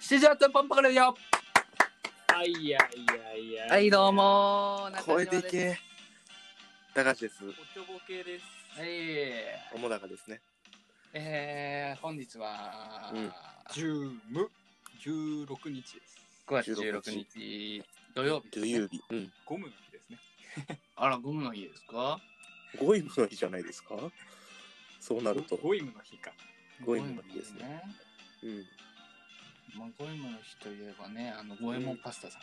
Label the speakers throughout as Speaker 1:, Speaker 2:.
Speaker 1: 7時発のパンパカレディオ
Speaker 2: あいやいやいや。
Speaker 1: はい、どう。もー。
Speaker 3: 声で
Speaker 1: え。
Speaker 3: けえ。高橋です。
Speaker 2: おちょぼけです。
Speaker 1: え
Speaker 3: おもだかですね。
Speaker 1: ー、えー、本日は、
Speaker 3: うん
Speaker 2: 十無十六日です。
Speaker 1: 9月16日土曜日です
Speaker 3: 土
Speaker 1: ね、
Speaker 3: 曜日。うん。
Speaker 2: ゴムの日ですね。
Speaker 1: あら、ゴムの日ですか
Speaker 3: ゴイムの日じゃないですかそうなると。
Speaker 2: ゴイムの日か。
Speaker 3: ゴイムの日ですね
Speaker 1: ね。
Speaker 3: うん。
Speaker 1: まあ、ゴイムの日といえばね、あの、ゴエモンパスタさん。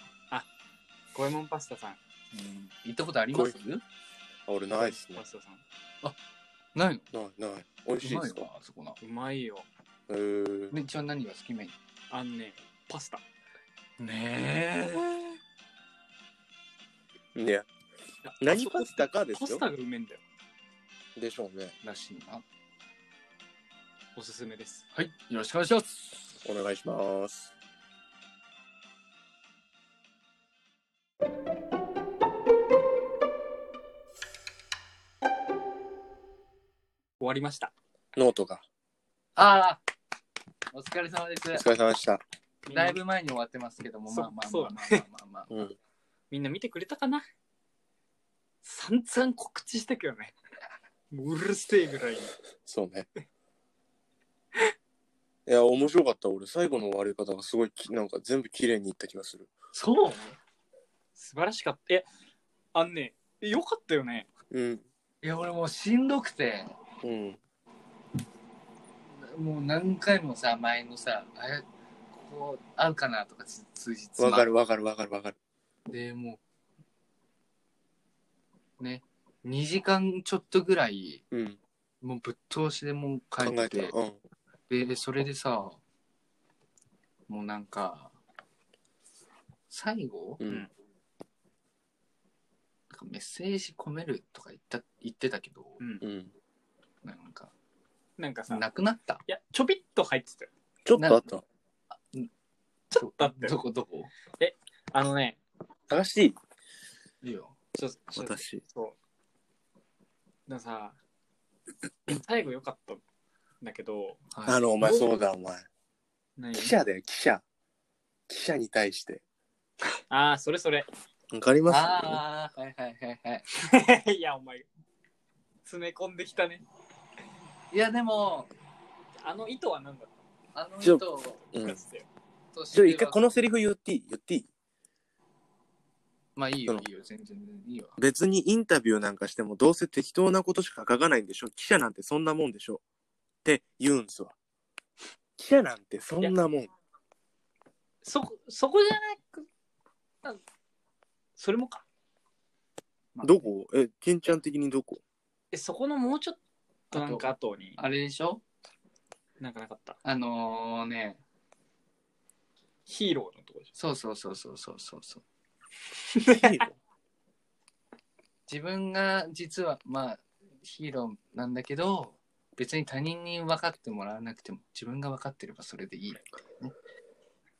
Speaker 2: ゴエモンパスタさん。
Speaker 1: うん、行ったことあります
Speaker 3: あ俺ないですね
Speaker 2: パ。スタさん。
Speaker 1: ないの
Speaker 3: ないない。美味しい
Speaker 1: うま
Speaker 3: です
Speaker 1: い
Speaker 3: か
Speaker 1: わあそこな。
Speaker 2: うまいよ。
Speaker 3: えー。
Speaker 1: で一応何が好きめに
Speaker 2: あのね、パスタ。
Speaker 1: ね
Speaker 3: いや、何パスタかです
Speaker 2: パス
Speaker 3: よ。
Speaker 2: タがうめえんだよ。
Speaker 3: でしょうね。
Speaker 1: え。らしいな。
Speaker 2: おすすめです。
Speaker 1: はい、よろしくお願いします。
Speaker 3: お願いします。
Speaker 2: 終わりました。
Speaker 3: ノートが。
Speaker 1: ああお疲れ様で
Speaker 3: お
Speaker 1: す。
Speaker 3: 疲れ様でした。
Speaker 1: だいぶ前に終わってますけども、
Speaker 2: そ
Speaker 1: まあまあ
Speaker 2: そう
Speaker 1: ま
Speaker 2: だ
Speaker 1: あ
Speaker 2: ね
Speaker 1: まあまあまあまあ。
Speaker 3: うん。
Speaker 2: みんな見てくれたかな散々告知したけどね。もううるせえぐらいに。
Speaker 3: そうね。いや、面白かった。俺、最後の終わり方がすごいき、なんか全部綺麗にいった気がする。
Speaker 2: そう素晴らしかった。え、あんね、えよかったよね。
Speaker 3: うん。
Speaker 1: いや、俺もうしんどくて、
Speaker 3: うん。
Speaker 1: もう何回もさ、前のさ、あれ、ここ合うかなとかつ通じつ
Speaker 3: わか
Speaker 1: る。
Speaker 3: るわかるわかるわかる。
Speaker 1: で、もう、ね、2時間ちょっとぐらい、
Speaker 3: うん。
Speaker 1: もうぶっ通しでもう
Speaker 3: 考
Speaker 1: 帰っ
Speaker 3: え
Speaker 1: て
Speaker 3: た。うん。
Speaker 1: で、それでさ、もうなんか、最後、
Speaker 3: う
Speaker 2: うんん。
Speaker 1: なんかメッセージ込めるとか言った言ってたけど、
Speaker 2: うん
Speaker 3: う。ん。
Speaker 1: なんか、
Speaker 2: なんかさ、
Speaker 1: なくなった。
Speaker 2: いや、ちょびっと入ってたよ。
Speaker 3: ちょっとあった。
Speaker 2: ちょっとあった
Speaker 1: ど
Speaker 2: よ。
Speaker 1: こどこ
Speaker 2: あのね、
Speaker 3: 高橋
Speaker 1: いいよ。
Speaker 2: ちょ、ちょ
Speaker 3: 私。
Speaker 2: そう。だからさ、最後良かったんだけど、
Speaker 1: はい
Speaker 3: あの、お前、そうだ、お前。
Speaker 2: 何
Speaker 3: 記者だよ、記者。記者に対して。
Speaker 2: ああ、それそれ。
Speaker 3: わかりま
Speaker 1: ああ、はいはいはいはい。
Speaker 2: いや、お前、詰め込んできたね。
Speaker 1: いや、でも、
Speaker 2: あの意図は何だっ
Speaker 1: あの
Speaker 3: ち
Speaker 1: 人
Speaker 3: ょ
Speaker 1: と
Speaker 3: すうん。
Speaker 2: た、よ
Speaker 1: し
Speaker 3: ち
Speaker 1: て
Speaker 3: ょ、
Speaker 1: は
Speaker 3: 一回このセリフ言っていい言っていい
Speaker 1: まあいいよ、いいよ、全然いいよ。
Speaker 3: 別にインタビューなんかしても、どうせ適当なことしか書かないんでしょ記者なんてそんなもんでしょって言うんすわ。記者なんてそんなもん。
Speaker 2: そこ、そこじゃなく、あそれもか。
Speaker 3: どこえ、ケンちゃん的にど こ
Speaker 2: え、そこのもうちょっとなんか後に、
Speaker 1: あれでしょ
Speaker 2: なんかなかった。
Speaker 1: あのー、ね、
Speaker 2: ヒーローのとこでし
Speaker 1: そうそうそうそうそうそうそう。
Speaker 3: ヒーロ
Speaker 1: 自分が実は、まあ、ヒーローなんだけど、別に他人に分かってもらわなくても、自分が分かってればそれでいい。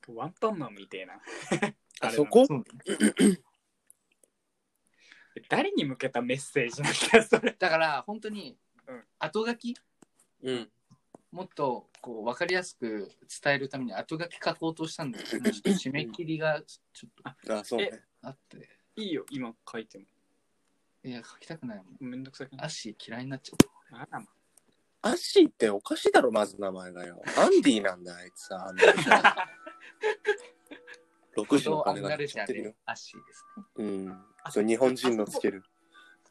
Speaker 2: ょ。ワンパンマンみてえな。
Speaker 3: あ
Speaker 2: れだ
Speaker 3: そこ
Speaker 1: そう
Speaker 2: え誰に向けたメッセージなんだよ、それ。
Speaker 1: だから、本当に
Speaker 2: うん、
Speaker 1: 後書き、
Speaker 3: うん。
Speaker 1: もっとこう分かりやすく伝えるために後書き書こうとしたんだけど、ちょっと締め切りがちょっと
Speaker 3: あ、そうね。
Speaker 1: あって、
Speaker 2: いいよ、今書いても。
Speaker 1: いや、書きたくないもん。
Speaker 2: めんどくさくない。
Speaker 1: アッシー嫌いになっちゃっ
Speaker 2: あらま
Speaker 3: アッシーっておかしいだろ、まず名前がよ。アンディなんだよ、あいつは。アンディ
Speaker 1: た。
Speaker 3: 6時の
Speaker 1: ア
Speaker 3: 鐘
Speaker 1: ンナ
Speaker 3: が鳴
Speaker 1: レ
Speaker 3: っ
Speaker 1: ジ
Speaker 3: ち
Speaker 1: ャ
Speaker 3: ゃって
Speaker 1: ー
Speaker 3: るよ
Speaker 1: で。アッシーですね。
Speaker 3: うん。そう、日本人のつける。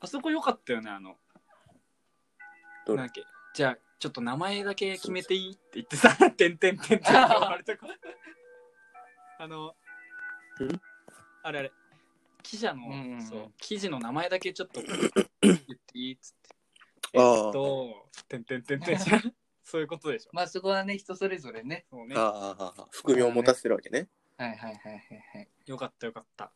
Speaker 2: あそこ良かったよね、あの。
Speaker 3: どれ
Speaker 2: なんだっけじゃあ、ちょっと名前だけ決めていいって言ってさ、 てんてんてんてんって言われた子 あの
Speaker 3: ん、
Speaker 2: あれあれ、記者の、
Speaker 1: うんうんうん
Speaker 2: そう、記事の名前だけちょっと言っていいっつって。え
Speaker 3: ああ
Speaker 2: っと、てんてんてんてん じゃん。そういうことでしょ。
Speaker 1: まあそこはね、人それぞれね。
Speaker 2: そうね。
Speaker 3: ああああ、ああ含みを持たせてるわけね。
Speaker 1: はいはいはいはいはい。
Speaker 2: よかったよかった。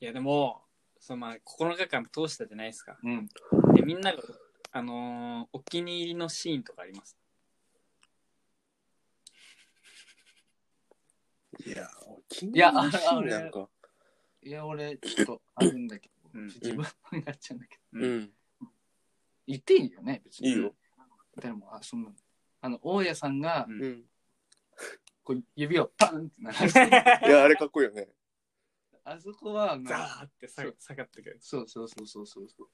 Speaker 2: いや、でも、そのまあ、9日間通したじゃないですか。
Speaker 1: うん。
Speaker 2: で、みんなが、あのーお気に入りのシーンとかあります。
Speaker 3: いや、気に
Speaker 1: いや
Speaker 3: なるシーンなんか。
Speaker 1: いや、俺、ちょっとあるんだけど、
Speaker 2: うん
Speaker 1: 自分のになっちゃうんだけど、
Speaker 2: れあれ
Speaker 3: うん。
Speaker 1: 言っていいよね、別に。
Speaker 3: いいよ。
Speaker 1: でも、あ、その、あの、大家さんが
Speaker 2: う、ん
Speaker 3: うん。
Speaker 1: こう指をパンって鳴らして、
Speaker 3: いや、あれかっこいいよね。
Speaker 1: あそこは、ま
Speaker 2: ザ
Speaker 1: あ、
Speaker 2: ーって下が下がってくる。
Speaker 1: そうそうそうそうそうそう。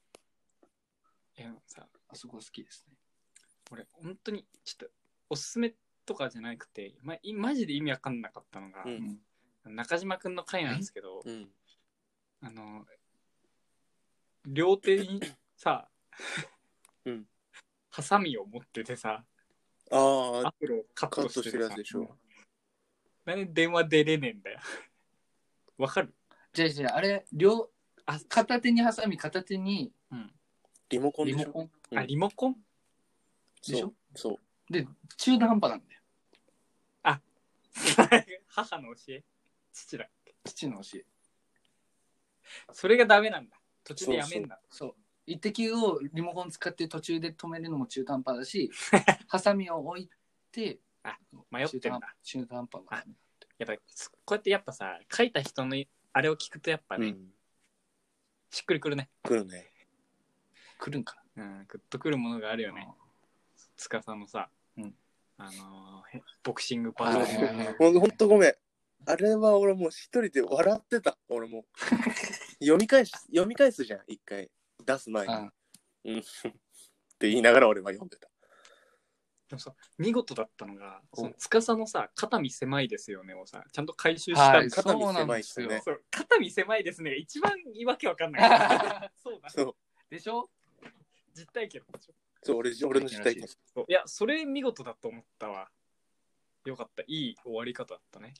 Speaker 2: いや、さ、
Speaker 1: あそこ好きですね。
Speaker 2: 俺、本当に、ちょっと、おすすめとかじゃなくて、ま、いマジで意味わかんなかったのが、
Speaker 3: うん
Speaker 2: 中島くんの回なんですけど、
Speaker 3: ん。
Speaker 2: あの、両手にさ、
Speaker 3: うん
Speaker 2: ハサミを持っててさ、
Speaker 3: ああ、
Speaker 2: アフロをカットして
Speaker 3: カットしてる
Speaker 2: て
Speaker 3: や
Speaker 2: さ
Speaker 3: つでしょ。
Speaker 2: なんで電話出れねえんだよ。 わかる
Speaker 1: じゃあじゃあ、あれ、両、あ片手にハサミ、片手に
Speaker 3: リモコン
Speaker 1: リモ
Speaker 3: でしょ
Speaker 1: コン
Speaker 3: うん
Speaker 2: あ、リモコン
Speaker 1: でしょ
Speaker 3: そう。
Speaker 1: 中途半端なんだよ。
Speaker 2: 母の教え父だ。
Speaker 1: 父の教え。
Speaker 2: それがダメなんだ。途中でやめんだ。
Speaker 1: そう。一滴をリモコン使って途中で止めるのも中途半端 だし、ハサミを置いて、
Speaker 2: 迷ってんだ。
Speaker 1: 中途半端だ、ね。
Speaker 2: やっぱ、すこうやってやっぱさ、書いた人のあれを聞くとやっぱ
Speaker 3: う
Speaker 2: ね、
Speaker 3: ん。
Speaker 2: しっくりくるね。
Speaker 3: 来るね。
Speaker 1: 来るんかな。
Speaker 2: うん、グッとくるものがあるよね。つかさのさ、
Speaker 1: うん
Speaker 2: あのーへボクシングパ
Speaker 1: あ
Speaker 2: ー
Speaker 1: の
Speaker 2: ト
Speaker 3: ーほんほんとごめん。あれは俺もう一人で笑ってた。俺も。読み返し、読み返すじゃん、一回。出す前に。
Speaker 1: うん
Speaker 3: うん。って言いながら俺は読んでた。
Speaker 2: でもさ、見事だったのが、
Speaker 1: お
Speaker 2: そのつかさのさ、肩身狭いですよねをさ、ちゃんと回収した
Speaker 1: は
Speaker 2: ん
Speaker 1: い、
Speaker 2: だ
Speaker 1: そうなんですよ。
Speaker 3: 肩身狭いっ
Speaker 2: そう肩身狭いですね。一番言い訳わかん ない。そうだ。
Speaker 3: そう。
Speaker 1: でしょ
Speaker 2: 実体験でしょ
Speaker 3: そう、俺、俺の実体験。
Speaker 2: そういや、それ見事だと思ったわ。よかった。いい終わり方だったね。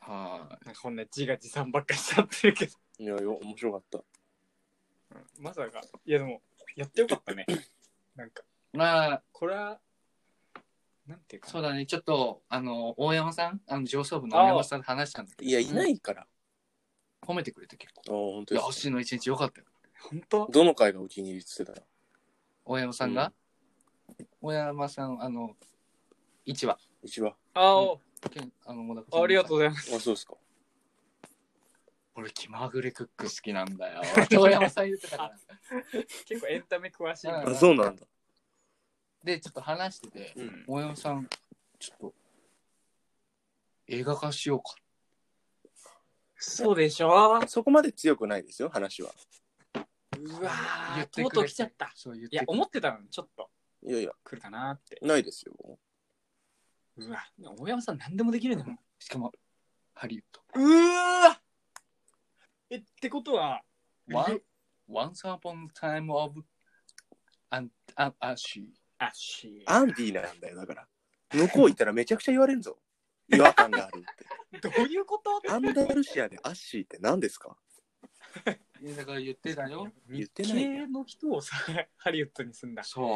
Speaker 1: は
Speaker 2: なんかこんな自画自賛ばっかりしちゃってるけど。
Speaker 3: いや、よ、面白かった。
Speaker 2: うんまさか。いや、でも、やってよかった ね。なんか、
Speaker 1: い。まあ、
Speaker 2: これは、なんていうかな。
Speaker 1: そうだね。ちょっと、あの、大山さん、あの、上層部の大山さんと話したんだけど、
Speaker 3: いや、いないから。
Speaker 1: 褒めてくれて結構。
Speaker 3: ああ、本
Speaker 1: い
Speaker 3: 当
Speaker 1: や、
Speaker 3: です。
Speaker 1: 星の一日良かったよ。
Speaker 2: 本当
Speaker 3: どの回がお気に入りって言ってた
Speaker 1: 大山さんが、大山さん、あの、一話。
Speaker 3: 一番。
Speaker 2: あ
Speaker 1: けんあの、もだかさん
Speaker 2: あ、ありがとうご
Speaker 1: う。
Speaker 2: ざいます。
Speaker 3: あ、そうですか。
Speaker 1: 俺、気まぐれクック好きなんだよ。大山さん言ってたから。
Speaker 2: 結構エンタメ詳しいから
Speaker 1: う
Speaker 3: あ、
Speaker 1: ん
Speaker 3: そうなんだ。
Speaker 1: で、ちょっと話してて、
Speaker 3: うん。
Speaker 1: 大山さん、ちょっと、映画化しようか。
Speaker 2: そうでしょ
Speaker 3: そこまで強くないですよ、話は。
Speaker 2: うわ
Speaker 1: 言
Speaker 2: ー
Speaker 1: ってくれて
Speaker 2: とうとう来ちゃった。
Speaker 1: そう言っ
Speaker 2: い
Speaker 1: て
Speaker 2: や、
Speaker 1: くれ
Speaker 2: 思ってたのにちょっと
Speaker 3: いやいや、
Speaker 2: 来るかなって。
Speaker 3: ないですよ。
Speaker 2: うわ、大山さん何でもできるね。
Speaker 1: しかも、ハリウッド。
Speaker 2: うわえ、ってことは、
Speaker 1: ワン、ワンサーポンタイムオブ、アン、アン、アッシー。
Speaker 2: あし、
Speaker 3: アンディなんだよ、だから。向こう行ったらめちゃくちゃ言われんぞ。違和感があるっ
Speaker 2: どういうこと
Speaker 3: て。アンダルシアでアッシーって何ですか
Speaker 1: いやだから言ってたよ。
Speaker 3: 言っ
Speaker 2: 日
Speaker 3: てない
Speaker 2: 系
Speaker 3: よ
Speaker 2: の人をさ、ハリウッドに住んだ。
Speaker 1: そう。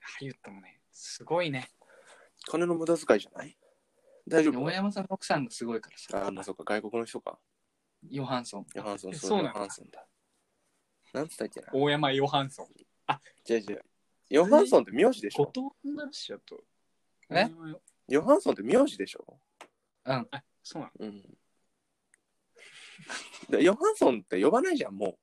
Speaker 2: ハリウッドもね、すごいね。
Speaker 3: 金の無駄遣いじゃない大丈夫
Speaker 1: 大山さんの奥さんがすごいから
Speaker 3: あ、
Speaker 1: さ
Speaker 3: まあ、。そっか、外国の人か。
Speaker 1: ヨハンソン。
Speaker 3: ヨハンソン、
Speaker 2: え
Speaker 3: そう
Speaker 2: そう
Speaker 3: ヨ
Speaker 2: なんだ
Speaker 3: ハンソンだ。なんつったっけな。
Speaker 2: 大山ヨハンソン。
Speaker 3: じゃあじゃあヨハンソンって名字でし
Speaker 2: 後
Speaker 3: ょ
Speaker 2: 藤なるしやと。
Speaker 1: え
Speaker 3: ヨハンソンって名字でしょ
Speaker 1: うん。
Speaker 2: あ、そうなの
Speaker 3: うん。でヨハンソンって呼ばないじゃん、もう。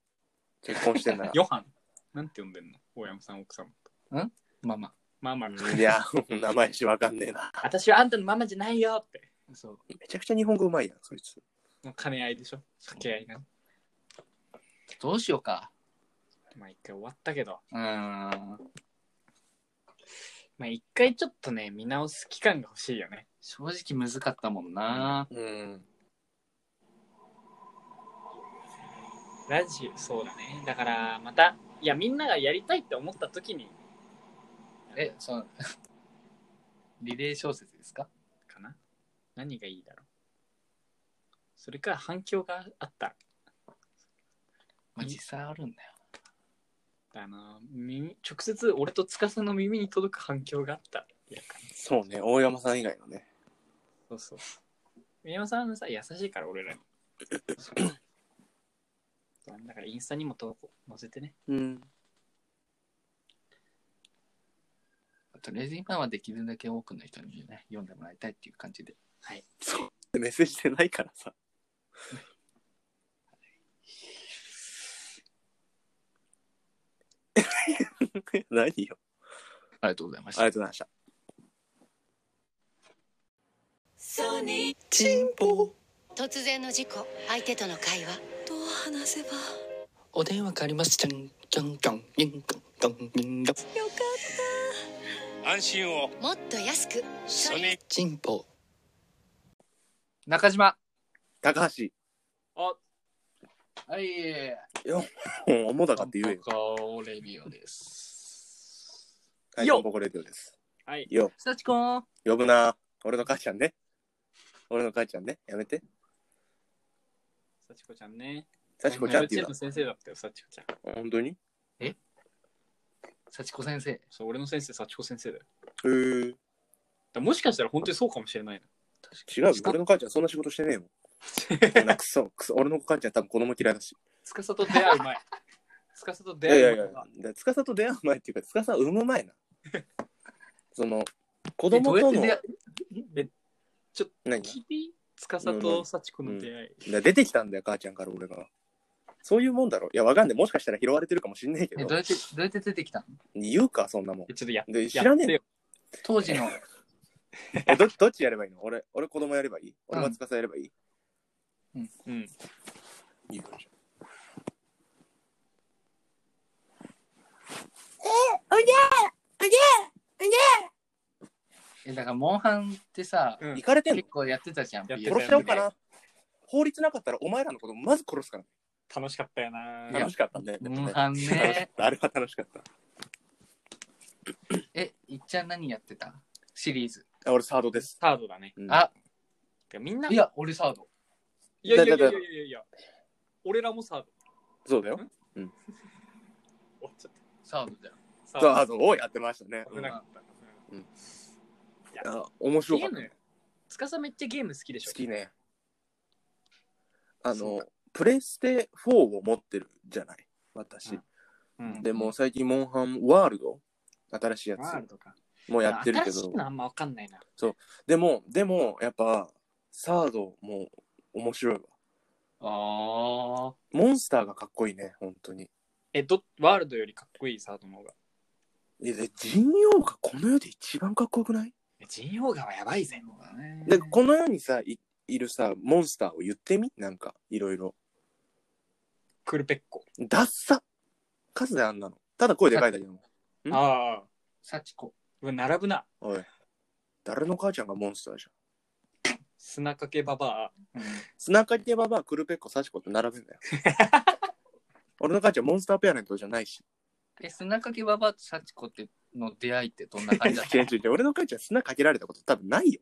Speaker 3: 結婚してんなら。
Speaker 2: ヨハン。なんて呼んでんの大山さん、奥さんのこと。
Speaker 1: まあま
Speaker 2: ママ。
Speaker 3: いや、名前しわかんねえな。
Speaker 2: 私はあんたのママじゃないよって。
Speaker 1: あ。そう。
Speaker 3: めちゃくちゃ日本語うまいやん、そいつ。
Speaker 2: もう兼ね合いでしょ掛け合いな。
Speaker 1: どうしようか。
Speaker 2: まあ一回終わったけど。
Speaker 1: うーん。
Speaker 2: まあ一回ちょっとね、見直す期間が欲しいよね。
Speaker 1: 正直むずかったもんな。
Speaker 3: うん。
Speaker 2: ラジオ、そうだね。だから、また、いや、みんながやりたいって思った時に、
Speaker 1: え、その、 リレー小説ですか
Speaker 2: かな何がいいだろうそれか、反響があった。
Speaker 1: まあ実際あるんだよ。
Speaker 2: あの、耳、直接俺と司の耳に届く反響があった。いや、
Speaker 3: そうね、大山さん以外のね。
Speaker 2: そうそう。宮山さんはさ、優しいから、俺らに。だから、インスタにも投稿載せてね。
Speaker 3: うん。
Speaker 1: とりあえず今はできるだけ多くの人にね、読んでもらいたいっていう感じで。
Speaker 3: メッセージしてないからさ。 何よ。
Speaker 1: ありがとうございまし
Speaker 3: あ
Speaker 1: た
Speaker 3: りが。とうございました。
Speaker 4: ソニー
Speaker 3: チンポ
Speaker 4: 突然の事故相手との会話どう話せば
Speaker 1: お電話があります。ちゃんちゃんちゃん、にんちゃんにんちゃん、
Speaker 4: よか
Speaker 5: 安心を
Speaker 4: ったもっと安く
Speaker 5: ソニー
Speaker 1: チンポ。中島。
Speaker 3: 高橋。
Speaker 1: はい。
Speaker 3: うん、もだかって言えよ。
Speaker 1: タンポコレビオです。
Speaker 3: はい、
Speaker 2: よ
Speaker 3: ポンポコレディオです。
Speaker 2: はい
Speaker 3: よ、
Speaker 1: さちこん。
Speaker 3: 呼ぶな。俺の母ちゃんね。俺の母ちゃんね。やめて。
Speaker 2: 幸子ちゃんね。
Speaker 3: 幸子ちゃんって
Speaker 2: 幼
Speaker 3: 言う
Speaker 2: 稚園の先生だったよ、幸子ちゃん。
Speaker 3: な。本当に
Speaker 1: さちこ先生。
Speaker 2: そう、俺の先生、幸子先生だよ。だか
Speaker 3: えー、
Speaker 2: らもしかしたら本当にそうかもしれないな。
Speaker 3: 違うよ。俺の母ちゃんそんな仕事してねえもん。 そんなクソ、クソ。俺の母ちゃん多分子供嫌いだし。
Speaker 2: つかさと出会 う前。つかさと
Speaker 3: い
Speaker 2: 出
Speaker 3: や
Speaker 2: 会
Speaker 3: いや
Speaker 2: う
Speaker 3: い
Speaker 2: 前
Speaker 3: や
Speaker 2: は。。
Speaker 3: で司と出会う前っていうか、司を産 む前な。その、
Speaker 1: 子
Speaker 3: 子供との、
Speaker 2: え、
Speaker 3: 何
Speaker 2: 君、つかさと幸子の出会い。
Speaker 3: だ出てきたんだよ、母ちゃんから俺が。そういうもんだろ。いや、わかんない。もしかしたら拾われてるかもしんねえけ
Speaker 1: え
Speaker 3: ど
Speaker 1: どう。やってどうやって出てきたの
Speaker 3: 言うか、そんなもん
Speaker 2: えちょっとや。
Speaker 3: で、知らねえんだよ
Speaker 1: 当時の
Speaker 3: えどどっちやればいいの俺、俺子供やればいい俺は司やればいい、
Speaker 2: うん。
Speaker 3: いい感じ
Speaker 1: えだからモンハンってさ、
Speaker 2: うん
Speaker 3: 行かれてんの
Speaker 1: 結構やってたじゃん
Speaker 2: やってた
Speaker 3: 殺しちゃおうかな。法律なかったらお前らのことまず殺すから。
Speaker 2: 楽しかったよな。
Speaker 1: や
Speaker 3: 楽しかったね。
Speaker 1: モンハン ね
Speaker 3: あれは楽しかった。
Speaker 1: えいっちゃん何やってたシリーズ
Speaker 3: あ俺サードです。
Speaker 2: サードだね。
Speaker 3: うん
Speaker 1: あ
Speaker 2: てかみんな。
Speaker 1: いや俺サード
Speaker 2: いやいやいやいやいやいや。俺らもサード。
Speaker 3: そうだよ。
Speaker 2: おちょっ
Speaker 1: サードだよ
Speaker 2: と
Speaker 3: サ
Speaker 2: サ
Speaker 3: ードをやってましたね。
Speaker 2: 危なかった。
Speaker 3: あ面白
Speaker 2: ゲ
Speaker 3: かっ
Speaker 2: ー
Speaker 3: た。
Speaker 2: ム、つかさめっちゃゲーム好きでしょ
Speaker 3: 好。きね。あ
Speaker 2: そう
Speaker 3: の、プレステ4を持ってるじゃない。私。
Speaker 2: うん
Speaker 3: でも最近、モンハンワールド新しいや
Speaker 2: ワールドか。
Speaker 3: つもやってるけ
Speaker 2: 新し
Speaker 3: ど
Speaker 2: い。のあんまわかんないな。
Speaker 3: でも、でも、やっぱ、サードも面白いわ。
Speaker 1: あ
Speaker 3: モンスターがかっこいいね、本当に。
Speaker 2: え、ど、ワールドよりかっこいいサードの方が。
Speaker 3: え、で、人王がこの世で一番かっこよくない
Speaker 2: えジンオウガはやばいぜ。
Speaker 3: で、この世にさ、いいるさ、モンスターを言ってみなんか、いろいろ。
Speaker 2: クルペッコ。
Speaker 3: ダッサ数であんなの。ただ声でかいだけなの。ん
Speaker 2: ああ。
Speaker 1: サチコ
Speaker 2: うわ並ぶな。
Speaker 3: おい。誰の母ちゃんがモンスターじゃん。
Speaker 2: 砂かけババ
Speaker 3: 砂かけばばあ、クルペッコ、サチコと並べ んだよ。俺の母ちゃんモンスターペアレントじゃないし。
Speaker 1: え砂かけババアとサチコっての出会いってどんな感じだっ
Speaker 3: 違う
Speaker 1: た
Speaker 3: 違う違う俺の母ちゃん砂かけられたこと多分ないよ。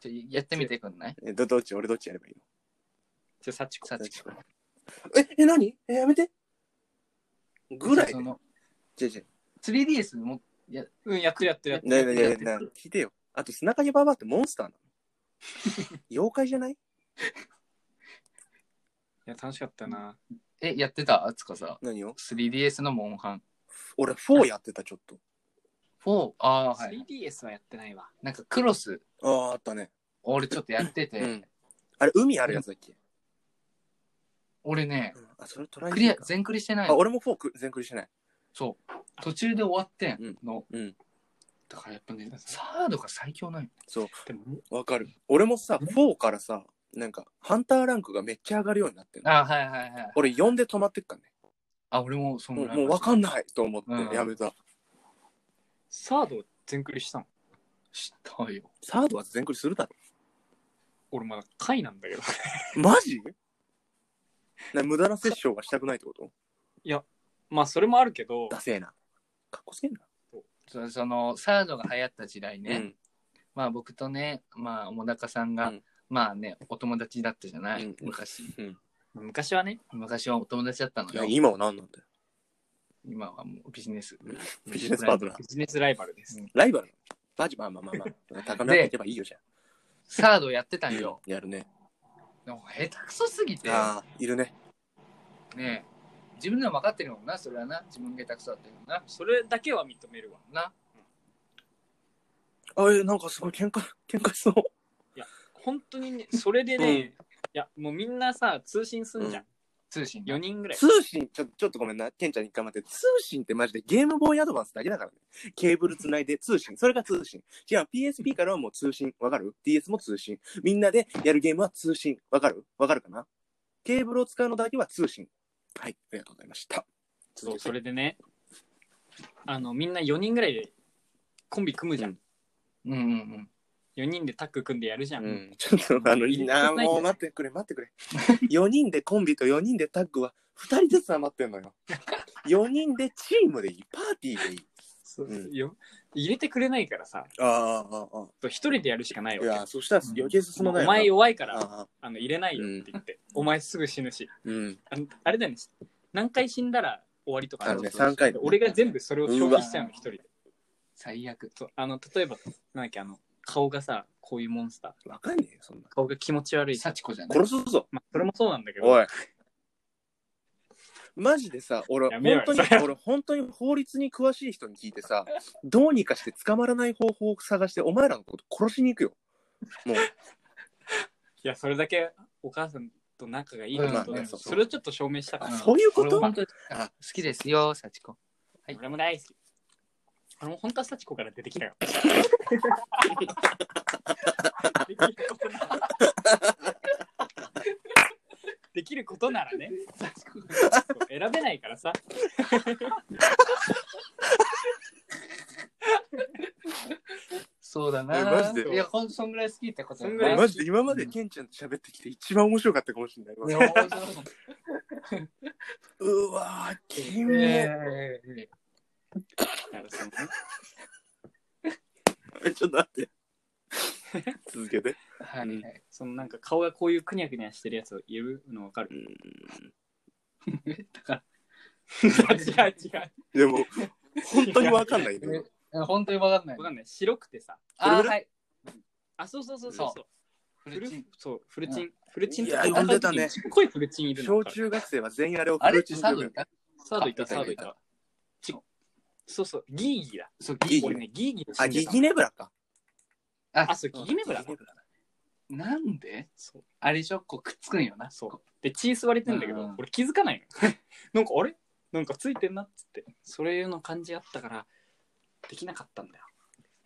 Speaker 1: ちょやってみてくん ない
Speaker 3: えどどっち俺どっちやればいいの
Speaker 2: ア。じゃ、サチコ。
Speaker 1: サ
Speaker 3: サ
Speaker 1: チ
Speaker 3: チ
Speaker 1: コ
Speaker 3: コ。え、え、何え、やめて。ぐらい
Speaker 1: そ。の
Speaker 3: 違う違う
Speaker 1: 3DS も
Speaker 2: うん、やってるやってるやって
Speaker 3: ねえねえねえねえ聞いてよ。あと、砂影ババアってモンスターなの 妖怪じゃない
Speaker 2: る。いや、楽しかったな。
Speaker 1: えやってたあつかさ
Speaker 3: 何を
Speaker 1: 3DS のモンハン
Speaker 3: 俺、4やってた、ちょっと。
Speaker 1: 4ああーはい
Speaker 2: 3DS はやってないわ。
Speaker 1: なんかクロス
Speaker 3: ああ、あったね。
Speaker 1: 俺ちょっとやってて、
Speaker 3: うん。あれ、海あるやつだっけ、
Speaker 1: 俺ね
Speaker 3: うんあ、それトライ
Speaker 1: クリア
Speaker 3: して
Speaker 1: 全クリしてな
Speaker 3: ないいあ、
Speaker 1: の
Speaker 3: 俺も4く全クリしてない。
Speaker 1: そう途中で終わってんの、
Speaker 3: うん。
Speaker 1: だからやっぱねサードが最強なんよ
Speaker 3: そう、
Speaker 2: でも、
Speaker 3: わかる。俺もさ、4からさ、なんか、ハンターランクがめっちゃ上がるようになってんの
Speaker 1: あはいはいはい
Speaker 3: 俺、4で止まってっからね。
Speaker 1: あ俺もその
Speaker 3: も
Speaker 1: ぐ
Speaker 3: う、
Speaker 1: らい
Speaker 3: もうわかんないと思
Speaker 1: う
Speaker 3: っ
Speaker 1: ん
Speaker 3: て、やめた。
Speaker 2: サード全クリしたの
Speaker 1: 知ったよ
Speaker 3: サードは全クリするだろ。
Speaker 2: 俺まだ回なんだけど。
Speaker 3: マジな無駄な殺生がしたくないってこと
Speaker 2: まあ、それもあるけど、
Speaker 3: ダセえな。かっこつけんな。
Speaker 1: そそのサードが流行った時代ね、
Speaker 3: うん
Speaker 1: まあ僕とねまあおもだかさんが、
Speaker 3: うん
Speaker 1: まあねお友達だったじゃない、
Speaker 3: うん
Speaker 1: 昔
Speaker 2: 昔はね、
Speaker 1: 昔はお友達だったの
Speaker 3: いや
Speaker 1: よ
Speaker 3: 今は何なんだよ。
Speaker 1: 今はもうビジネス
Speaker 3: ビジネスパートナー。
Speaker 2: ビジネスライバルです。
Speaker 3: ライバルなのマジまあまあまあまあ。 高め合っていけばいいよじゃ
Speaker 1: サードやってた
Speaker 3: ん。
Speaker 1: んよ
Speaker 3: やるね。
Speaker 1: でも下手くそすぎて
Speaker 3: ああ、いるね。
Speaker 1: ね自分でも分かってるもんなそれはな自分が下手くそだってるもんな
Speaker 2: それだけは認めるわ。
Speaker 1: な
Speaker 3: あえ、なんかすごい喧嘩、喧嘩しそう。
Speaker 2: 本当にね、それでね、
Speaker 3: うん
Speaker 2: いや、もうみんなさ、通信すんじゃん。
Speaker 1: 通信
Speaker 2: 4人ぐらい。
Speaker 3: 通信、ちょ、ちょっとごめんな。ケンちゃんに頑張って。通信ってマジでゲームボーイアドバンスだけだからね。ケーブル繋いで通信。それが通信。じゃあ PSP からはもう通信。わかる ?DS も通信。みんなでやるゲームは通信。わかるわかるかなケーブルを使うのだけは通信。はい。ありがとうございました。
Speaker 2: そう、それでね、あの、みんな4人ぐらいでコンビ組むじゃん。
Speaker 1: うんうんうん
Speaker 2: 4人でタッグ組んでやるじゃん。
Speaker 3: うん、ちょっとあのいいなも う待ってくれ待ってくれ4人でコンビと4人でタッグは2人ずつ余ってんのよ4人でチームでいいパーティーでいい
Speaker 2: そう
Speaker 3: うん
Speaker 2: よ入れてくれないからさ、
Speaker 3: あああ
Speaker 2: 1人でやるしかない
Speaker 3: い
Speaker 2: わ
Speaker 3: やそしたら余計
Speaker 2: け。
Speaker 3: 進
Speaker 2: も
Speaker 3: ま
Speaker 2: うお
Speaker 3: ないよな
Speaker 2: 前弱いから、
Speaker 3: ああ
Speaker 2: あの入れないよって言って、お前すぐ死ぬし。
Speaker 3: うん
Speaker 2: あのあれだよね、何回死んだら終わりとか
Speaker 3: あるね
Speaker 2: そうそうそう
Speaker 3: 3回ね
Speaker 2: 俺が全部それを消費しちゃうの、
Speaker 1: うわ
Speaker 2: 一人で。
Speaker 1: 最悪
Speaker 2: そうあの、例えば、なんだっけ、あの、顔がさ、こういうモンスター。
Speaker 3: わかんねえよそんな
Speaker 2: 顔が気持ち悪い。
Speaker 1: 幸子じゃない
Speaker 3: 殺すぞ
Speaker 2: まあ、それもそうなんだけど。
Speaker 3: おいマジでさ俺
Speaker 2: やめろ
Speaker 3: 本
Speaker 2: よ
Speaker 3: 当に
Speaker 2: そ れ
Speaker 3: 俺本当に法律に詳しい人に聞いてさどうにかして捕まらない方法を探してお前らのこと殺しに行くよもう
Speaker 2: いや、それだけお母さんと仲がいいってことだ
Speaker 3: まあ
Speaker 2: よ
Speaker 3: ねそう
Speaker 2: それをちょっと証明したか
Speaker 3: あ
Speaker 2: ら。
Speaker 3: そういうこ
Speaker 1: 俺
Speaker 3: と
Speaker 1: 本当にあ好きですよ幸子はい
Speaker 2: 俺も大好き。俺も本当は幸子から出てきたよ。 できることならできることならね。選べないからさ。
Speaker 1: そうだ
Speaker 3: え
Speaker 1: な
Speaker 3: マジで
Speaker 1: いやほんそんぐらい好きってことだ
Speaker 2: そんぐらい
Speaker 1: な
Speaker 3: マジで今までケンちゃんと喋ってきて一番面白かったかもしれないわ
Speaker 1: いや面白かった
Speaker 3: うわー、キモい。
Speaker 1: えー
Speaker 2: だからそのね
Speaker 3: ちょっと待って。 続けて。
Speaker 1: はいはい
Speaker 2: そのなんか顔がこういうくにゃくにゃしてるやつを言うのわかる。
Speaker 1: だから
Speaker 2: 違う違う。
Speaker 3: でも、本当にわかんないね
Speaker 1: え。ー本当にわかんない
Speaker 2: わかんない。白くてさ。
Speaker 1: あー
Speaker 3: それぐら
Speaker 1: はい
Speaker 2: あ、そうそうそうそう。フ
Speaker 1: フル
Speaker 2: ル
Speaker 1: チン
Speaker 2: そう、フルチン。フルチン
Speaker 3: いや呼んでたね
Speaker 2: ちっこいフルチンいるの
Speaker 3: 小
Speaker 2: わかる。
Speaker 3: 中学生は全員あれを
Speaker 1: あ
Speaker 3: フ
Speaker 1: れ
Speaker 3: ル
Speaker 1: っ
Speaker 3: チ
Speaker 1: て
Speaker 3: ン
Speaker 1: サ
Speaker 3: で
Speaker 1: ード
Speaker 3: 呼ぶ
Speaker 1: い
Speaker 3: よ
Speaker 1: た
Speaker 2: サードいた、
Speaker 1: あ
Speaker 2: サードいた。ちそうそう、ギーギーだ。
Speaker 1: そう
Speaker 3: ギーギー
Speaker 2: 俺ね、ギーギーの
Speaker 3: あ、ギギネブラか。
Speaker 2: あ、そう、ギーギーネブラだ。
Speaker 1: なんで
Speaker 2: そう。
Speaker 1: あれでしょこうくっつくんよな
Speaker 2: そう。で、血吸われてんだけ
Speaker 1: う
Speaker 2: ど
Speaker 1: ん、
Speaker 2: 俺気づかないの。 なんか、あれなんかついてんなっつって。それの感じあったから、できなかったんだよ。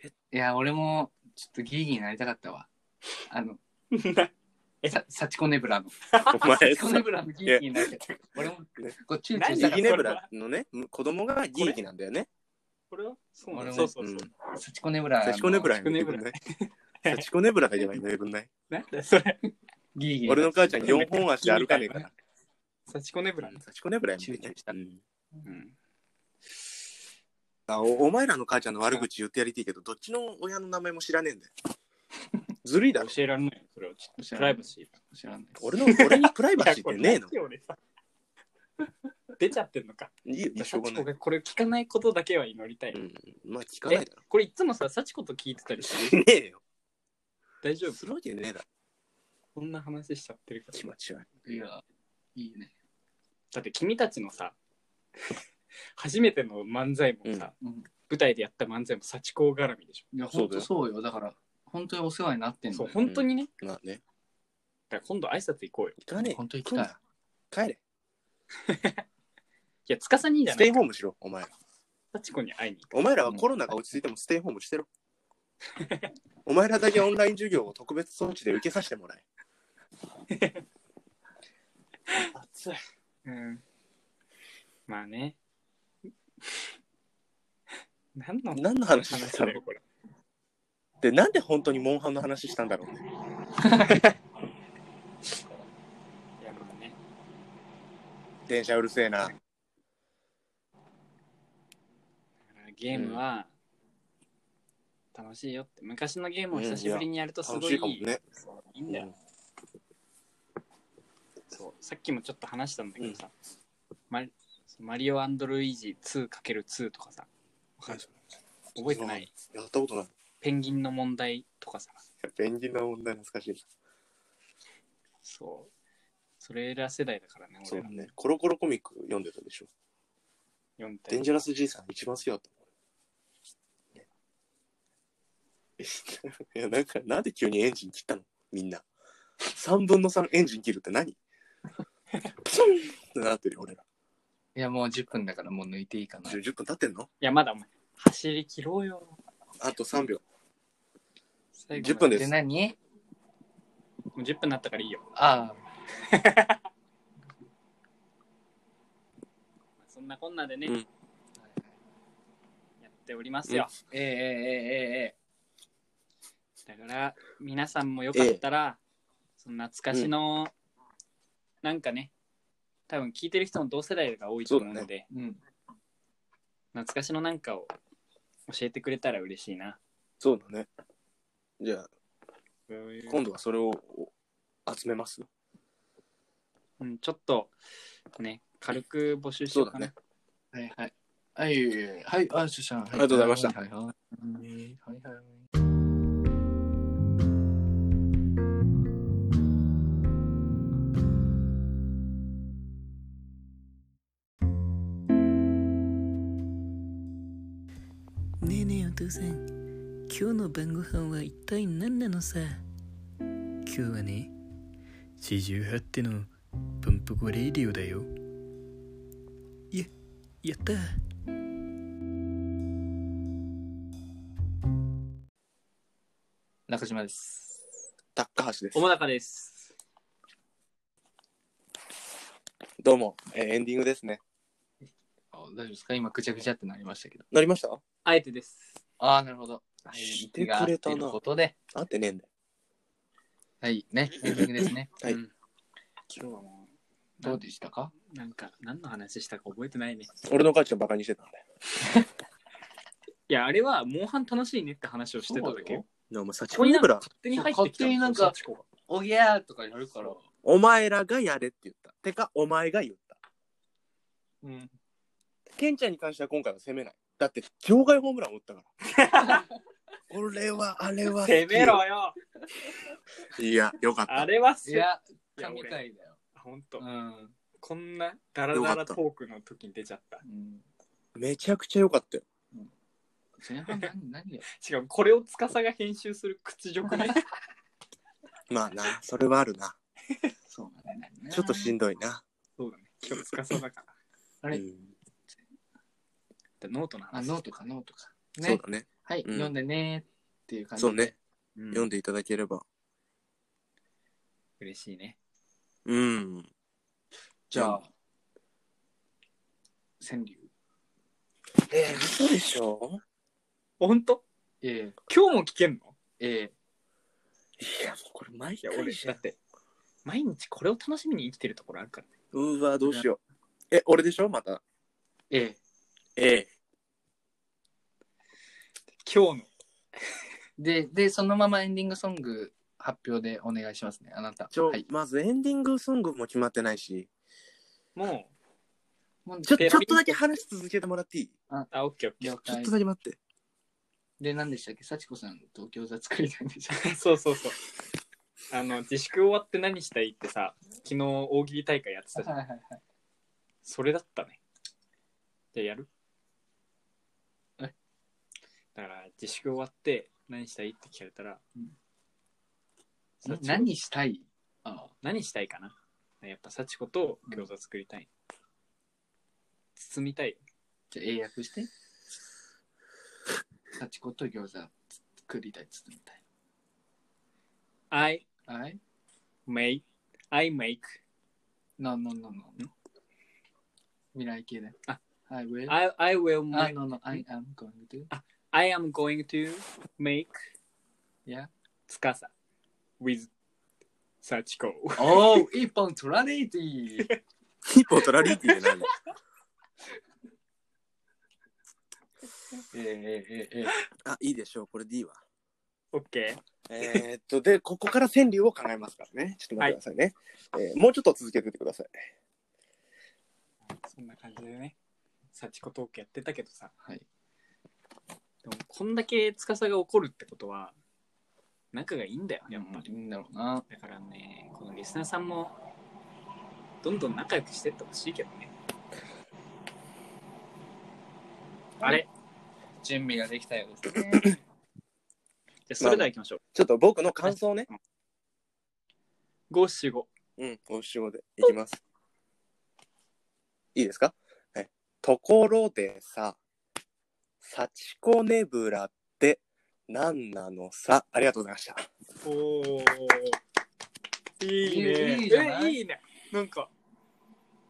Speaker 1: いや俺もちょっとギーギーになりたかったわあ のさサチコネブラの
Speaker 3: お前
Speaker 1: サチコネブラのギーギーになりたい俺もこうチューチューし
Speaker 3: ギ
Speaker 1: た
Speaker 2: 何
Speaker 1: か
Speaker 3: ギネブラのね、子供がギーギなんだよね。
Speaker 2: これはそうな
Speaker 1: 俺
Speaker 2: の
Speaker 1: も
Speaker 2: そうそう
Speaker 3: う
Speaker 2: そ
Speaker 3: ん
Speaker 2: う。。
Speaker 1: らサチコネブラ
Speaker 3: サチコネブラ
Speaker 2: サ
Speaker 3: に
Speaker 2: チコネブ
Speaker 3: 呼んでく
Speaker 2: ラ
Speaker 3: んない。サチコネブラが言えば呼んでくんない。
Speaker 2: なんだよそれ。
Speaker 1: ギーギー
Speaker 3: 俺の母ちゃん4本足で歩かねえから。
Speaker 2: サチコネブラ。
Speaker 3: サチコネブラやめて
Speaker 1: 集
Speaker 3: ね
Speaker 1: 中した
Speaker 3: うん
Speaker 2: うん。
Speaker 3: あおお前らの母ちゃんの悪口言ってやりていいけど、どっちの親の名前も知らねえんだよ。ずるいだろ。
Speaker 2: 教えられないよそれはちょっと。プライバシー。
Speaker 1: 知らないです
Speaker 3: 俺の、俺にプライバシーってねえの
Speaker 2: い。やこれラジオでさ出ちゃってんのか。
Speaker 3: いいよ、しょうがない。
Speaker 2: 幸子がこれ聞かないことだけは祈りたい。
Speaker 3: うん、まあ聞かないだろ。
Speaker 2: これいつもさ、幸子と聞いてたりする。
Speaker 3: ねえよ。
Speaker 2: 大丈夫
Speaker 3: するわけねえだろ。
Speaker 2: こんな話しちゃってるから。
Speaker 3: 気持ち悪
Speaker 1: いやいいね
Speaker 2: だって君たちのさ、初めての漫才もさ、
Speaker 1: うん
Speaker 2: 舞台でやった漫才も幸子絡みでし
Speaker 1: いや本
Speaker 3: そうだよ
Speaker 1: 当そうよだから本当にお世話になって
Speaker 2: ょ。
Speaker 1: ん
Speaker 2: そ
Speaker 1: の
Speaker 2: う、本当にね。
Speaker 3: い。まあね。
Speaker 2: だから今度挨拶行こうよ。
Speaker 3: 行かねえよ。
Speaker 1: 本当に行きたい
Speaker 3: 帰れ。
Speaker 2: いや、司にじゃ
Speaker 3: ス
Speaker 2: な
Speaker 3: テイ
Speaker 2: い。
Speaker 3: ホームしろ、お前ら。
Speaker 2: 幸子に会いに行
Speaker 3: お前らはコロナが落ち着いてもステイホーム してろ。お前らだけオンライン授業を特別装置で受けさせてもらえ。
Speaker 2: く。暑い。うん。まあね。何の
Speaker 3: 何の話して
Speaker 2: 話
Speaker 3: た
Speaker 2: だ
Speaker 3: の
Speaker 2: よ、これ。
Speaker 3: で、なんで本当にモンハンの話したんだろうね。
Speaker 2: いや、まあね。
Speaker 3: 電車うるせえな。
Speaker 2: ゲームは楽しいよって、昔のゲームを久しぶりにやるとす
Speaker 3: 楽
Speaker 2: ご
Speaker 3: し
Speaker 2: い
Speaker 3: いかもね。
Speaker 2: そういいんだよ、そうさっきもちょっと話したんだけどさ、マリマリオルイージー 2×2 とかさ
Speaker 3: はい
Speaker 2: 覚えてない
Speaker 3: やったことない。
Speaker 2: ペンギンの問題とかさ
Speaker 3: ペンギンの問題懐かしい。
Speaker 2: そうそれら世代だからね
Speaker 3: そ
Speaker 2: 俺
Speaker 3: う
Speaker 2: ら
Speaker 3: だね。コロコロコミック読んでたでしょ。
Speaker 2: 読ん
Speaker 3: デン
Speaker 2: で
Speaker 3: ジャラス爺さん一番好きだったもん。 いや、なんか、なんで急にエンジン切ったのみんな。3分の3エンジン切るって何 ってなってるよ、俺ら。
Speaker 1: いや、もう10分だからもう抜いていいかな。
Speaker 3: 10分経ってんの
Speaker 2: いや、まだお前、走り切ろうよ。
Speaker 3: あと3秒。
Speaker 2: 最後
Speaker 3: 10分
Speaker 2: で。
Speaker 3: です
Speaker 1: で、。何
Speaker 2: もう10分になったからいいよ。
Speaker 1: あ
Speaker 2: そんなこんなでね、
Speaker 3: うん
Speaker 1: あ。
Speaker 2: やっておりますよ。
Speaker 1: えええええ
Speaker 2: だから、皆さんもよかったら、その懐かしの、なんかね、多分聞いてる人も同世代が多いと思う
Speaker 3: そ
Speaker 2: の
Speaker 3: う
Speaker 2: で、
Speaker 1: えええ。うん。
Speaker 2: 懐かしのなんかを教えてくれたら嬉しいな。
Speaker 3: そうだね。じゃあ、今度はそれをお集めます
Speaker 2: うん、ちょっと、ね、軽く募集しようかな。
Speaker 3: そ
Speaker 1: はいはい。はい、はい、あ、しゅさん。あり
Speaker 3: がとうございました
Speaker 1: はいはい。はいはい。
Speaker 6: ねえねえお父さん今日の晩ご飯は一体何なのさ今日はね四十八手のパンプコレイディオだよややった
Speaker 1: 中島です。
Speaker 3: 高橋です
Speaker 2: お。もだかです。
Speaker 3: どうも、えーエンディングですね。
Speaker 1: あ大丈夫ですか今、ぐちゃぐちゃってなりましたけど。
Speaker 3: なりました
Speaker 2: あえてです。
Speaker 1: ああ、なるほど。
Speaker 3: してくれたな
Speaker 1: ということで、
Speaker 3: あってねえんだよ。
Speaker 1: はい、ね、エンディングです ね。
Speaker 3: はい
Speaker 2: うん今日はもう、
Speaker 1: どうでしたか
Speaker 2: なんか、何の話したか覚えてないね。
Speaker 3: 俺の母ちゃんバカにしてたんだよ。
Speaker 2: いや、あれは、モンハン楽しいねって話をしてただ
Speaker 1: そう
Speaker 2: け
Speaker 1: よ。
Speaker 3: なお前、幸
Speaker 2: ここになん
Speaker 3: ブ
Speaker 2: か
Speaker 3: ラ
Speaker 2: 勝手に入ってきた
Speaker 1: そう勝手になんか
Speaker 2: 幸子が
Speaker 1: おぎゃーとかやるから。
Speaker 3: お前らがやれって言った。てか、お前が言った。
Speaker 1: うん。
Speaker 3: ケンちゃんに関しては今回は攻めない。だって、場外ホームラン打ったから。 俺は、あれは好きよ。
Speaker 2: 攻めろよ
Speaker 3: いや、よかっ
Speaker 2: あ
Speaker 3: た。
Speaker 2: れはいせ、
Speaker 1: や、神回だよ。
Speaker 2: ほんと
Speaker 1: う、ん。
Speaker 2: こんなダラダラトークの時に出ちゃった。
Speaker 1: うん
Speaker 3: めちゃくちゃよかったよ。
Speaker 1: 前半何、何よ。
Speaker 2: しかも、これを司が編集する屈辱ね。
Speaker 3: まあな、それはあるな。
Speaker 1: そうなんだよね
Speaker 3: ちょっとしんどいな。
Speaker 2: そうだね。今日司だから。
Speaker 1: あれ
Speaker 3: うん
Speaker 2: でノートの
Speaker 1: あ、
Speaker 2: 話。
Speaker 1: ノートか、ノートか。
Speaker 3: そう
Speaker 1: ね。
Speaker 3: だね。
Speaker 1: はい、
Speaker 3: うん
Speaker 1: 読んでねーっていう感じ。
Speaker 3: そうね。。
Speaker 2: うん
Speaker 3: 読んでいただければ。
Speaker 2: 嬉しいね。
Speaker 3: うん。
Speaker 1: じゃあ、川柳。
Speaker 3: えー、嘘でしょ
Speaker 2: ほんと
Speaker 1: え
Speaker 2: 今日も聞けんの
Speaker 1: ええ
Speaker 3: いや、もうこれ毎
Speaker 2: いや、俺、
Speaker 3: 回じゃ
Speaker 2: だ
Speaker 3: ん
Speaker 2: って、毎日これを楽しみに生きてるところあるからね。
Speaker 3: うわ、どうしよう。え、俺でしょまた。
Speaker 1: ええ
Speaker 3: ええ。
Speaker 2: 今日の。
Speaker 1: えで、で、そのままエンディングソング発表でお願いしますね、あなた。
Speaker 3: ちょ、
Speaker 1: はい。
Speaker 3: まずエンディングソングも決まってないし、
Speaker 2: もう、
Speaker 1: もう
Speaker 3: ちょ、
Speaker 2: ペロリ
Speaker 3: ちょっとだけ話続けてもらっていい
Speaker 2: あ、オッケーオッケ
Speaker 1: 了
Speaker 3: ちょっ
Speaker 1: 解
Speaker 3: と。だけ待って。
Speaker 1: で、何でしたっけ幸子さんと餃子作りたいんでしょ
Speaker 2: ー。 そうそうそう。あの、自粛終わって何したいってさ、昨日大喜利大会やってたじゃん。
Speaker 1: はいはいはい。
Speaker 2: それだったね。じゃあやる
Speaker 1: え
Speaker 2: だから、自粛終わって何したいって聞かれたら、
Speaker 1: な 何したいあ
Speaker 2: 何したいかなやっぱ幸子と餃子作りたい。包みたい。
Speaker 1: じゃあ英訳して。幸子と餃子作りたい、作りたい。
Speaker 2: I
Speaker 1: はい。
Speaker 2: make, I make,
Speaker 1: No, no, no, no. 未来系だよ。
Speaker 2: あ、
Speaker 1: I will.
Speaker 2: I, I will
Speaker 1: あ、
Speaker 2: make,
Speaker 1: no, no, I am going to.
Speaker 2: I am going to make
Speaker 1: Yeah.
Speaker 2: つかさ with サチコ。
Speaker 1: おお、一本取られていい。
Speaker 3: ヒッポトラリティで何
Speaker 1: ええええええ
Speaker 3: あ、いいでしょう。これでいいわ。
Speaker 2: オッケ
Speaker 3: えーっと、で、ここから川柳を考えますからね。ちょっと待ってくださいね。えーもうちょっと続けててください。
Speaker 2: ー。そんな感じでね、サチコトークやってたけどさ、
Speaker 1: はい。
Speaker 2: でもこんだけつかさが怒るってことは、仲がいいんだよ、やっぱり。
Speaker 1: いいんだろうな。
Speaker 2: だからね、このリスナーさんも、どんどん仲良くしてってほしいけどね。あれ
Speaker 1: 準備ができたようですね。
Speaker 2: じゃあそれでは行きましょう。
Speaker 3: ちょっと僕の感想ね。
Speaker 2: 五七五。
Speaker 3: うん、お仕事でいきます。いいですかはい。ところでさ、幸子ねぶらって何なのさ。ありがとうございました。
Speaker 2: おお。いいね。
Speaker 1: いいじゃない
Speaker 2: えいいね。なんか、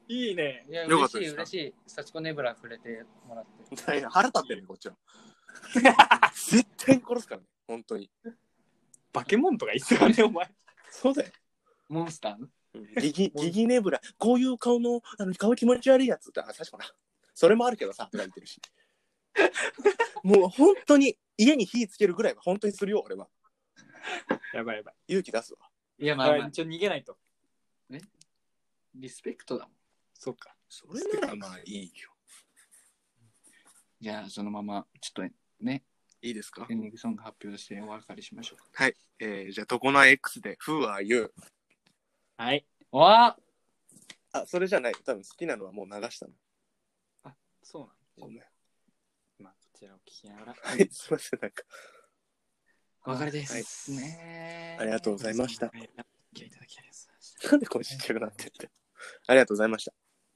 Speaker 2: いいね。
Speaker 1: いや、
Speaker 3: よか
Speaker 1: 嬉しい、
Speaker 3: ったですか
Speaker 1: 嬉しい。幸子ねぶら触れてもらって。
Speaker 3: 腹立ってるね、こっちは。 絶対に殺すからね、本当に。
Speaker 2: バケモンとか言ってたね、お前。
Speaker 3: そうだよ。
Speaker 1: モンスター
Speaker 3: ギ ギ、ギギネブラ、こういう顔の、あの、顔気持ち悪いやつって、あ、確かな。それもあるけどさ、とか言ってる し。もう本当に、家に火つけるぐらいは本当にするよ、俺は。
Speaker 2: やばいやばい。
Speaker 3: 勇気出すわ。
Speaker 1: いや、まあ
Speaker 2: あ
Speaker 1: まあ、
Speaker 2: 一応逃げないと。
Speaker 1: リスペクトだもん。
Speaker 2: そうか。
Speaker 3: それならまあいいよ。
Speaker 1: じゃあ、そのまま、ちょっとね、
Speaker 3: いいですか
Speaker 1: エンディングソング発表してお別れしましょう。
Speaker 3: えー、じゃあ、トコナ X で、Who are you?
Speaker 2: はい。
Speaker 1: わあ
Speaker 3: あ、それじゃない。多分好きなのはもう流したの。
Speaker 2: そうなの。
Speaker 3: ごめん。
Speaker 2: まあ、こちらを聞きながら。
Speaker 3: はい、 すいません、なんか。
Speaker 1: お別れです。
Speaker 3: はい
Speaker 1: ね
Speaker 3: ありがとうございました
Speaker 2: お付き合いいただきありがとうございました。
Speaker 3: なんでこれちっちゃくなってって。ありがとうございました。